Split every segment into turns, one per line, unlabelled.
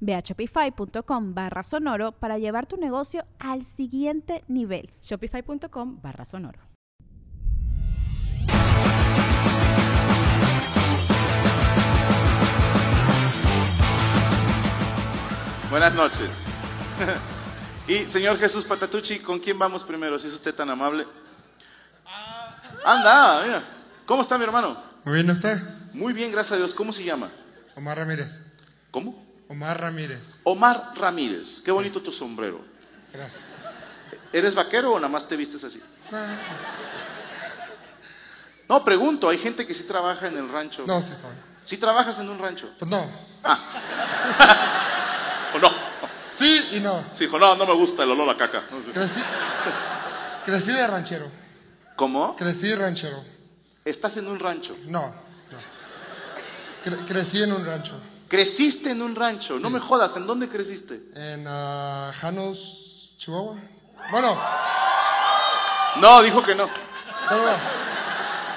Ve a shopify.com barra sonoro para llevar tu negocio al siguiente nivel.
Shopify.com barra sonoro.
Buenas noches. y señor Jesús Patatucci, ¿con quién vamos primero? Si es usted tan amable. Anda, mira. ¿Cómo está mi hermano?
Muy bien, ¿usted?
Muy bien, gracias a Dios. ¿Cómo se llama?
Omar Ramírez.
¿Cómo?
Omar Ramírez.
Omar Ramírez. Qué bonito tu sombrero.
Gracias.
¿Eres vaquero o nada más te vistes así?
Ah,
No, pregunto. Hay gente que sí trabaja en el rancho.
No, sí soy.
¿Sí trabajas en un rancho?
Pues no.
¿O Oh, no?
Sí y no.
Sí, dijo, no, no me gusta el olor a caca.
Crecí, crecí de ranchero.
¿Cómo?
Crecí ranchero.
Estás en un rancho.
No, no. Cre- crecí en un rancho.
Creciste en un rancho. No me jodas. ¿En dónde creciste?
En ah, Janos, Chihuahua. Bueno,
No, dijo que no.
no, no, no.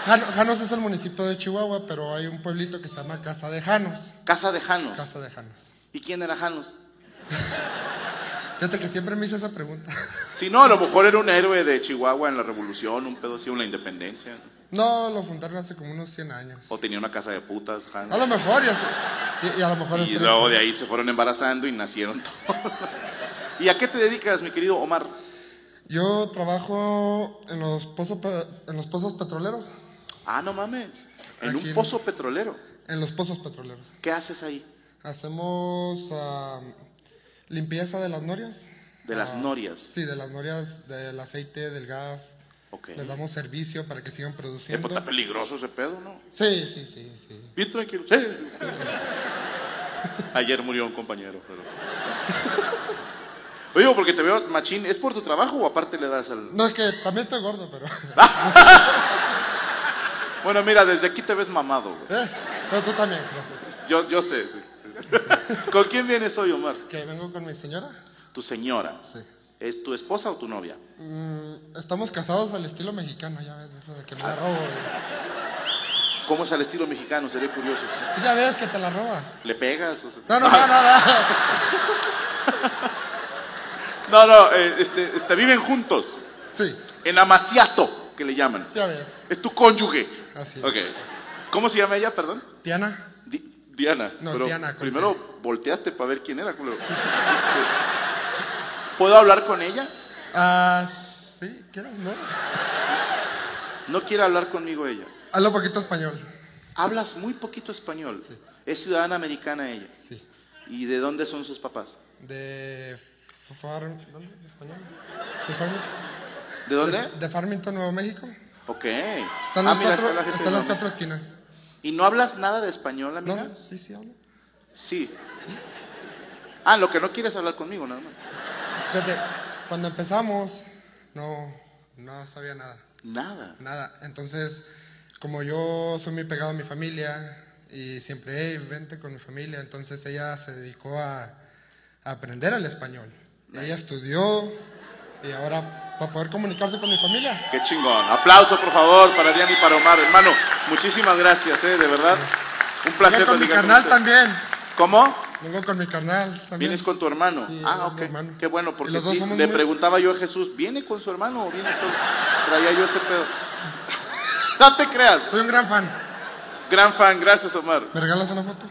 Jan- Janos es el municipio de Chihuahua, pero hay un pueblito que se llama Casa de Janos.
Casa de Janos.
Casa de Janos.
¿Y quién era Janos?
Fíjate que siempre me hice esa pregunta.
Si no, a lo mejor era un héroe de Chihuahua en la revolución, un pedo así, en la independencia.
No, lo fundaron hace como unos 100 años.
O tenía una casa de putas,
A
Janos.
lo mejor, ya sé. Y, y a lo mejor es
Y
el-
luego de ahí se fueron embarazando y nacieron todos. ¿Y a qué te dedicas, mi querido Omar?
Yo trabajo en los pozos pe- en los pozos petroleros,
Ah, no mames. En
Aquí
un
en-
pozo petrolero.
en los pozos petroleros.
¿Qué haces ahí?
Hacemos ah, limpieza de las norias.
De las
Ah,
norias.
Sí, de las norias, del aceite, del gas.
Ok.
Les damos servicio para que sigan
Eh, pues,
produciendo.
está peligroso ese pedo, ¿no?
Sí, sí, sí, sí.
Bien tranquilo. Sí. Ayer murió un compañero, pero. Oye, porque te veo machín, ¿es por tu trabajo o aparte le das al.?
No es que también estoy gordo, pero.
Bueno, mira, desde aquí te ves mamado, güey.
Eh, no, tú también, gracias.
Yo, yo sé. sí. ¿Con quién vienes hoy, Omar?
Que vengo con mi señora.
Tu señora.
Sí.
¿Es tu esposa o tu novia?
Mm, estamos casados al estilo mexicano, ya ves, eso de que me la robo. güey.
¿Cómo es al estilo mexicano? Sería curioso.
Ya ves que te la robas.
¿Le pegas? O sea-
No, no, no, no, no.
No, no, eh, este, este, viven juntos.
Sí,
En amaciato, que le llaman.
ya ves.
Es tu cónyuge.
Así es.
Ok. ¿Cómo se llama ella, perdón?
Diana,
Di- Diana.
No,
pero
Diana, con
Primero volteaste para ver quién era, culero. ¿Puedo hablar con ella?
ah, sí, ¿quieres? ¿No?
No quiere hablar conmigo ella.
Habla un poquito español.
Hablas muy poquito español. Es ciudadana americana ella.
Sí.
¿Y de dónde son sus papás?
De Farm... ¿Dónde? ¿De español? ¿De Farmington?
¿De dónde?
De, de Farmington, Nuevo México.
Ok.
Están
Ah,
las,
mira,
cuatro,
está la gente
están
de
las
Nuevo
cuatro esquinas.
México. ¿Y no hablas nada de español,
¿No?
amiga?
Sí, sí, hablo.
Sí. Ah, lo que no quieres hablar conmigo, nada más.
Fíjate, cuando empezamos, no, no sabía nada.
Nada.
Nada. Entonces, como yo soy muy pegado a mi familia y siempre, hey, vente con mi familia, entonces ella se dedicó a, a aprender el español. Ella estudió y ahora para poder comunicarse con mi familia.
Qué chingón. Aplauso, por favor, para Diana y para Omar, hermano. Muchísimas gracias, ¿eh? de verdad. Un placer
Vengo con mi
platicar con
carnal
usted.
también.
¿Cómo?
Vengo con mi carnal también.
¿Vienes con tu hermano?
Sí,
ah,
mi
ok.
hermano.
Qué bueno, porque
Y los dos
sí,
somos
le
muy-
preguntaba yo a Jesús, ¿viene con su hermano o viene solo? Traía yo ese pedo. no te creas.
Soy un gran fan.
Gran fan, gracias, Omar.
¿Me regalas una foto?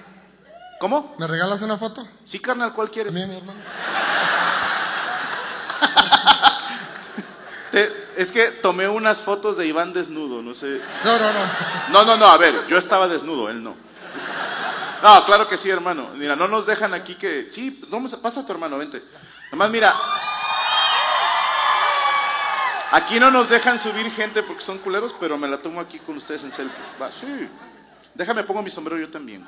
¿Cómo?
¿Me regalas una foto?
Sí, carnal, ¿cuál
A
quieres?
mí y a mi hermano.
Te- Es que tomé unas fotos de Iván desnudo, no sé.
No, no, no.
No, no, no, a ver, yo estaba desnudo, él no. No, claro que sí, hermano. Mira, no nos dejan aquí que. Sí, vamos, a- pasa tu hermano, vente. Nomás mira. Aquí no nos dejan subir gente porque son culeros, pero me la tomo aquí con ustedes en selfie. Va, sí. Déjame, pongo mi sombrero yo también.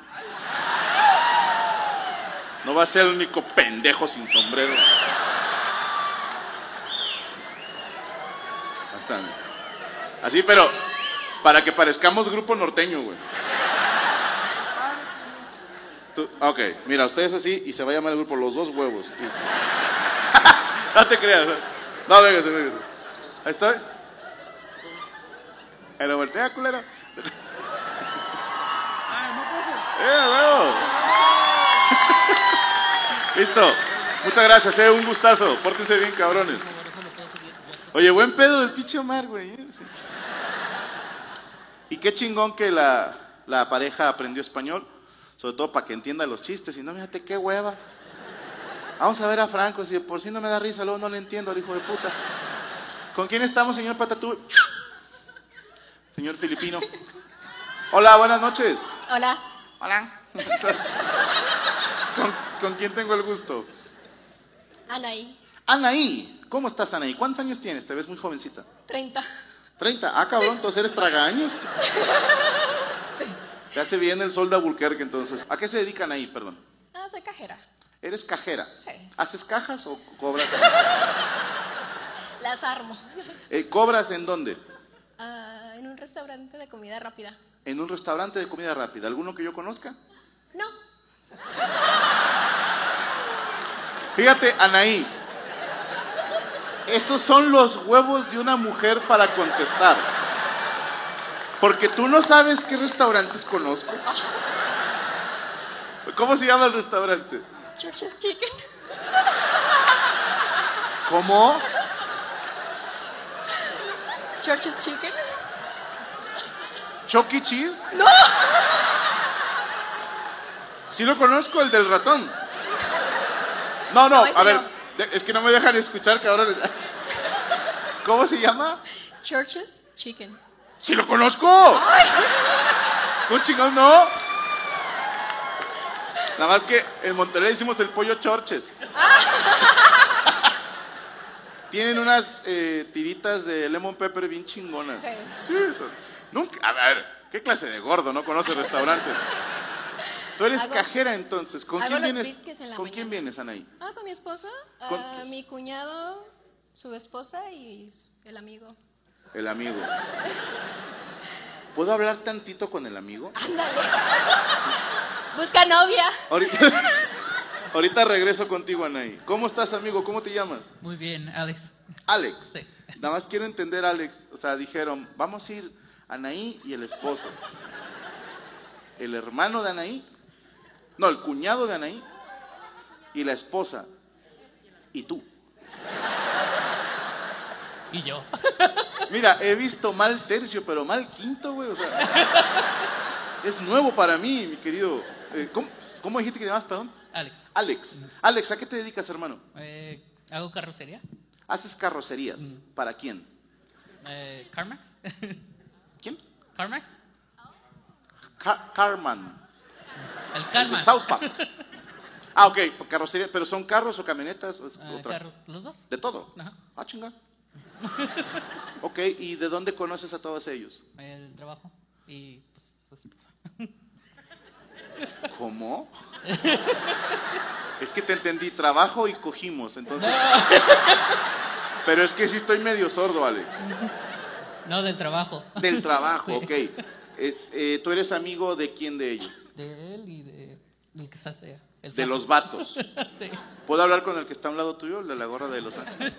No va a ser el único pendejo sin sombrero. Ahí están. Así, pero para que parezcamos grupo norteño, güey. Tú- ok, mira, ustedes así y se va a llamar el grupo Los Dos Huevos. Y- no te creas. ¿no? No, véngase, véngase. Ahí estoy. Pero voltea, culera. ¡Eh, huevo! Listo. Muchas gracias, eh. Un gustazo. Pórtense bien, cabrones. Oye, buen pedo del pinche Omar, güey. ¿eh? Sí. Y qué chingón que la, la pareja aprendió español, sobre todo para que entienda los chistes. Y no, fíjate qué hueva. Vamos a ver a Franco, si de por si no me da risa, luego no le entiendo al hijo de puta. ¿Con quién estamos, señor Patatú? Señor filipino. Hola, buenas noches.
Hola,
Hola. ¿Con, con quién tengo el gusto?
Anaí,
Anaí. ¿Cómo estás, Anaí? ¿Cuántos años tienes? Te ves muy jovencita.
30.
30. Ah, cabrón, entonces eres tragaños. Te hace bien el sol de Albuquerque, entonces. ¿A qué se dedican ahí, perdón?
Ah, soy cajera.
¿Eres cajera?
Sí.
¿Haces cajas o cobras?
Las armo.
Eh, ¿Cobras en dónde?
Ah, en un restaurante de comida rápida.
En un restaurante de comida rápida. ¿Alguno que yo conozca?
No,
Fíjate, Anaí. Esos son los huevos de una mujer para contestar. Porque tú no sabes qué restaurantes conozco. ¿Cómo se llama el restaurante?
Church's Chicken.
¿Cómo?
Church's Chicken.
¿Chucky E. Cheese? No. Sí lo conozco, el del ratón. No, no,
No, ese
a ver,
no.
de- es que no me dejan escuchar, cabrón. ¿Cómo se llama?
Church's Chicken.
¡Sí lo conozco! ¡Un chingón no! Nada más que en Monterrey hicimos el pollo chorches. Tienen unas eh, tiritas de lemon pepper bien chingonas.
Sí.
Sí, to- Nunca, a ver, ¿qué clase de gordo no conoce restaurantes? Tú eres
Hago-
cajera entonces, ¿con
hago
quién
los
vienes?
bisques en la
¿Con quién
mañana.
vienes, Anaí?
Ah, con mi esposa, ah,
Con-
mi cuñado, su esposa y s- el amigo.
El amigo. ¿Puedo hablar tantito con el amigo?
Ándale. Busca novia.
Ahorita, ahorita regreso contigo, Anaí. ¿Cómo estás, amigo? ¿Cómo te llamas?
Muy bien, Alex.
Alex.
Sí.
Nada más quiero entender, Alex. O sea, dijeron, vamos a ir Anaí y el esposo. El hermano de Anaí. No, el cuñado de Anaí. Y la esposa. Y tú.
Y yo.
Mira, he visto mal tercio, pero mal quinto, güey. O sea, es nuevo para mí, mi querido. Eh, ¿cómo, cómo dijiste que te llamas, perdón?
Alex.
Alex. Alex, ¿a qué te dedicas, hermano?
Eh, ¿Hago carrocería?
Haces carrocerías. ¿Para quién?
Eh, ¿Carmax?
¿Quién?
¿Carmax?
Ca- Carman.
El
el de
Carmax.
South Park. Ah, ok, carrocería, pero son carros o camionetas. ¿O es
Eh,
otra?
carro- ¿Los dos?
De todo.
Ajá.
Ah, chinga. ok, ¿y de dónde conoces a todos ellos?
El trabajo y pues su esposa.
¿Cómo? es que te entendí, trabajo y cogimos, entonces. pero es que sí estoy medio sordo, Alex.
No, del trabajo.
Del trabajo, ok. Eh, eh, ¿Tú eres amigo de quién de ellos?
De él y de el que se hace. El
De
flaco.
los vatos.
sí.
¿Puedo hablar con el que está a un lado tuyo, el de la gorra de los ángeles?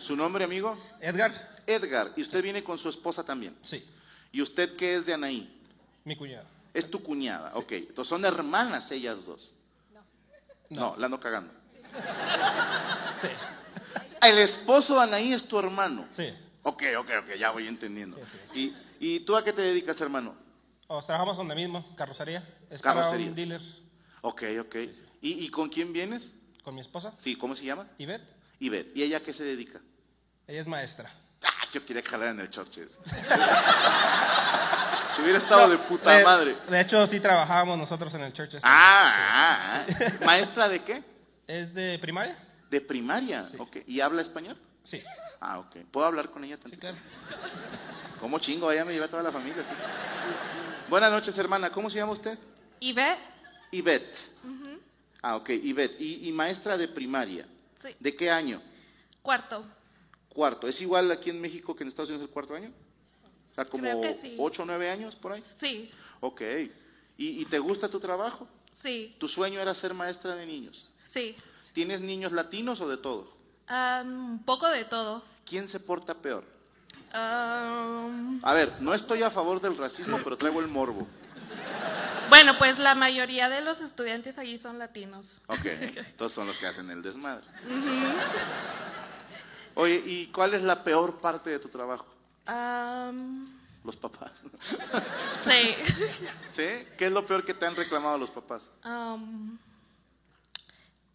¿Su nombre, amigo?
Edgar,
Edgar. Y usted viene con su esposa también.
sí,
¿Y usted qué es de Anaí?
mi cuñado.
Es tu cuñada. Ok. Entonces son hermanas ellas dos. No, la ando cagando.
Sí,
El esposo de Anaí es tu hermano.
sí.
Ok, ok, ok, ya voy entendiendo.
Sí,
¿Y, ¿Y tú a qué te dedicas, hermano?
O trabajamos donde mismo, carrocería. Es para
Carrocería.
un dealer
Ok, ok. ¿Y, y con quién vienes?
con mi esposa,
Sí, ¿cómo se llama?
Ivette.
Ivette. ¿Y ella a qué se dedica?
Ella es maestra.
¡Ah, yo quería jalar en el chorche. ese". Si hubiera estado de puta
De-
madre.
eh, De hecho, sí trabajábamos nosotros en el church. este.
Ah, ah, ah. ¿maestra de qué?
¿Es de primaria?
De primaria. ok. ¿Y habla español?
Sí.
Ah, ok. ¿Puedo hablar con ella
Sí,
tantito?
claro.
¿Cómo chingo? Allá me lleva toda la familia. sí. Buenas noches, hermana. ¿Cómo se llama usted?
¿Y ve?
Ivette. Ah, ok, Ivette. Y, y maestra de primaria.
Sí.
¿De qué año?
Cuarto.
Cuarto. ¿Es igual aquí en México que en Estados Unidos el cuarto año? O sea, como
Creo que sí.
ocho o nueve años por ahí.
Sí,
Ok. ¿Y, y te gusta tu trabajo?
sí,
¿Tu sueño era ser maestra de niños?
sí.
¿Tienes niños latinos o de todo?
Ah, un poco de todo.
¿Quién se porta peor?
Ah,
A ver, no estoy a favor del racismo, pero traigo el morbo.
bueno, pues la mayoría de los estudiantes allí son latinos.
Ok, entonces son los que hacen el desmadre. Oye, ¿y cuál es la peor parte de tu trabajo?
Ah,
Los papás.
sí.
¿Sí? ¿Qué es lo peor que te han reclamado los papás?
Ah,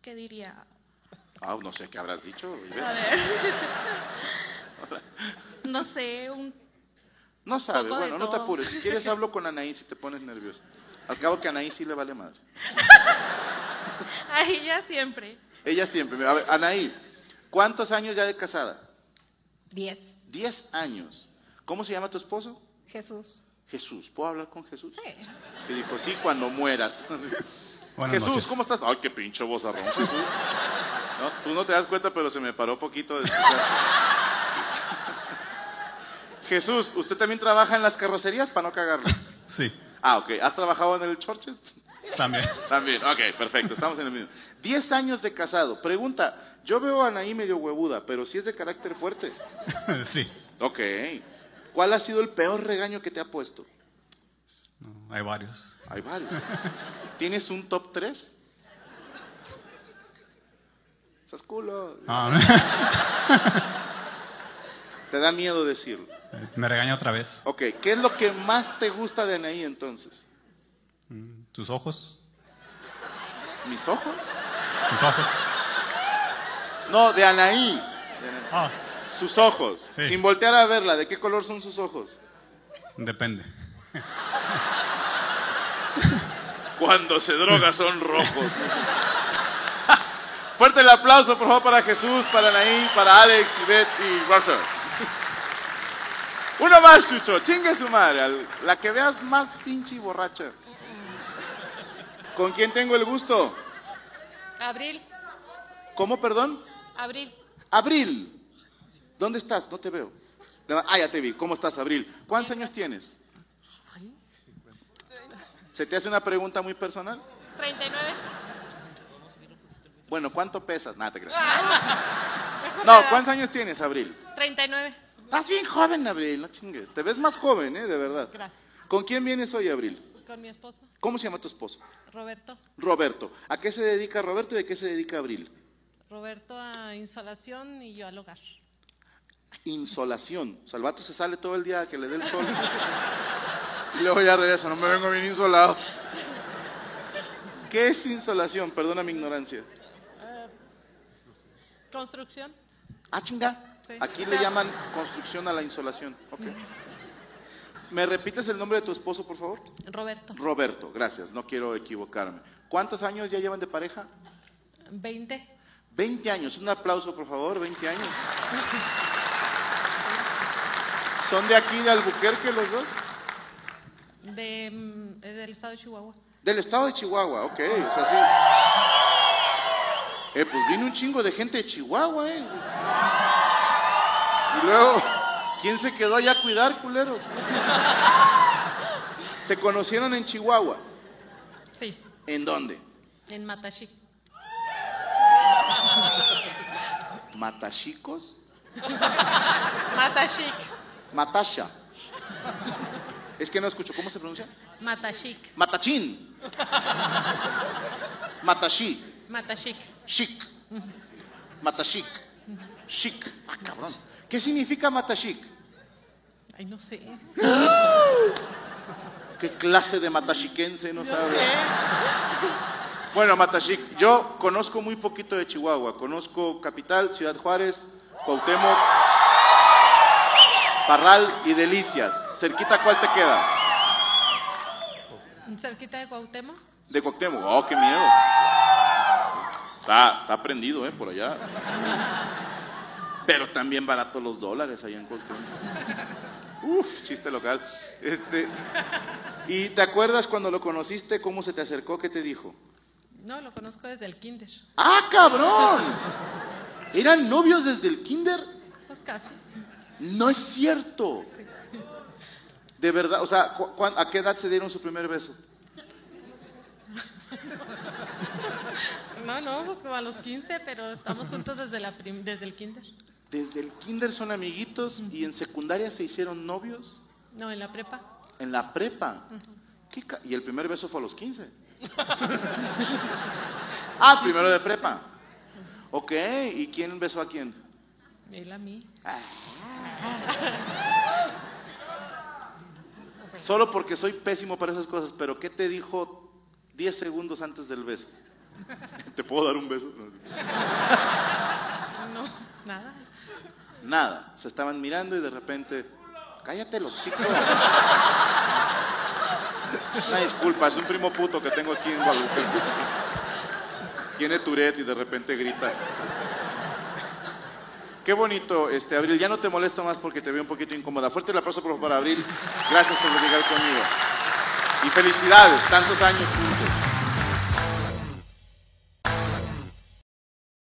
¿Qué diría?
Ah, no sé qué habrás dicho.
A
Ivette?
ver. No sé, un...
No sabes,
poco de
bueno, no te
todo.
apures. Si quieres hablo con Anaís si te pones nervioso. Al cabo que a Anaís sí le vale madre.
a ella siempre.
Ella siempre. me- A ver, Anaí, ¿cuántos años ya de casada?
Diez.
Diez años. ¿Cómo se llama tu esposo?
Jesús.
Jesús. ¿Puedo hablar con Jesús?
Sí.
Que dijo, sí, cuando mueras. Jesús, ¿cómo estás? Ay, qué pincho vozarrón, Jesús. No, tú no te das cuenta, pero se me paró poquito. de- Jesús, ¿usted también trabaja en las carrocerías para no cagarla?
Sí,
Ah, ok. ¿Has trabajado en el Churches?
también.
También, ok, perfecto. Estamos en el mismo. Diez años de casado. Pregunta, yo veo a Anaí medio huevuda, pero sí es de carácter fuerte.
sí.
Ok. ¿Cuál ha sido el peor regaño que te ha puesto?
No, hay varios.
Hay varios. ¿Tienes un top 3? Estás culo.
Ah,
Te da miedo decirlo.
me regaña otra vez.
Ok, ¿qué es lo que más te gusta de Anaí entonces?
¿Tus ojos?
¿Mis ojos?
¿Tus ojos?
No, de Anaí. De Anaí.
Ah,
Sus ojos.
Sí.
Sin voltear a verla, ¿de qué color son sus ojos?
depende.
Cuando se droga son rojos. Fuerte el aplauso, por favor, para Jesús, para Naín, para Alex, Ivette y Roger. Uno más, Chucho. Chingue su madre. al- La que veas más pinche borracha. ¿Con quién tengo el gusto?
Abril,
¿Cómo, perdón?
abril.
Abril. ¿Dónde estás? No te veo. Leva- Ah, ya te vi. ¿Cómo estás, Abril? ¿Cuántos años tienes? ¿Se te hace una pregunta muy personal?
39.
Bueno, ¿cuánto pesas? Nada, te creo. No, ¿cuántos años tienes, Abril?
39.
Estás bien joven, Abril, no chingues. Te ves más joven, ¿eh? De verdad.
Gracias.
¿Con quién vienes hoy, Abril?
Con mi esposo,
¿Cómo se llama tu esposo?
Roberto.
Roberto. ¿A qué se dedica Roberto y a qué se dedica Abril?
Roberto a instalación y yo al hogar.
Insolación. O sea, el vato se sale todo el día a que le dé el sol. Y luego ya regresa, no me vengo bien insolado. ¿Qué es insolación? Perdona mi ignorancia.
Construcción.
Ah, chinga.
Sí.
Aquí le llaman construcción a la insolación. Ok. ¿Me repites el nombre de tu esposo, por favor?
Roberto.
Roberto, gracias, no quiero equivocarme. ¿Cuántos años ya llevan de pareja?
20.
20 años, un aplauso por favor, 20 años. ¿Son de aquí de Albuquerque los dos?
De, mm, del estado de Chihuahua.
Del estado de Chihuahua, ok, o sea, sí. Eh, pues vino un chingo de gente de Chihuahua, eh. Y luego, ¿quién se quedó allá a cuidar, culeros? ¿Se conocieron en Chihuahua?
Sí.
¿En dónde?
En Matashi.
¿Matachicos?
Matashik.
Matasha. Es que no escucho, ¿cómo se pronuncia?
Matashik.
Matachín. Matashi.
Matashik.
Chic. Matashik. Chic. Ah, cabrón. ¿Qué significa matashik?
Ay, no sé.
¿Qué clase de matashiquense no sabe? Bueno, Matashik, yo conozco muy poquito de Chihuahua. Conozco Capital, Ciudad Juárez, Cuauhtémoc. Parral y Delicias. ¿Cerquita cuál te queda?
Cerquita de Cuauhtémoc.
De Cuauhtémoc. Oh, qué miedo. Está, está prendido, ¿eh? Por allá. Pero están bien baratos los dólares allá en Cuauhtémoc. Uf, chiste local. Este, ¿Y te acuerdas cuando lo conociste, cómo se te acercó, qué te dijo?
No, lo conozco desde el kinder.
¡Ah, cabrón! ¿Eran novios desde el kinder?
Pues casi.
No es cierto. De verdad, o sea, ¿cu- cuán- ¿a qué edad se dieron su primer beso?
No, no, pues como a los 15, pero estamos juntos desde, la prim- desde el kinder.
Desde el kinder son amiguitos y en secundaria se hicieron novios
No, en la prepa.
en la prepa. ¿Qué ca- y el primer beso fue a los 15. ah, primero de prepa. Ok, ¿y quién besó a quién?
Él a mí.
Solo porque soy pésimo para esas cosas, pero ¿qué te dijo 10 segundos antes del beso? ¿Te puedo dar un beso? No.
No, nada.
Nada, se estaban mirando y de repente, cállate los chicos. Una disculpa, es un primo puto que tengo aquí en Guadalupe. Tiene Tourette y de repente grita. Qué bonito, este, Abril. Ya no te molesto más porque te veo un poquito incómoda. Fuerte el aplauso por favor, para Abril. Gracias por llegar conmigo. Y felicidades, tantos años juntos.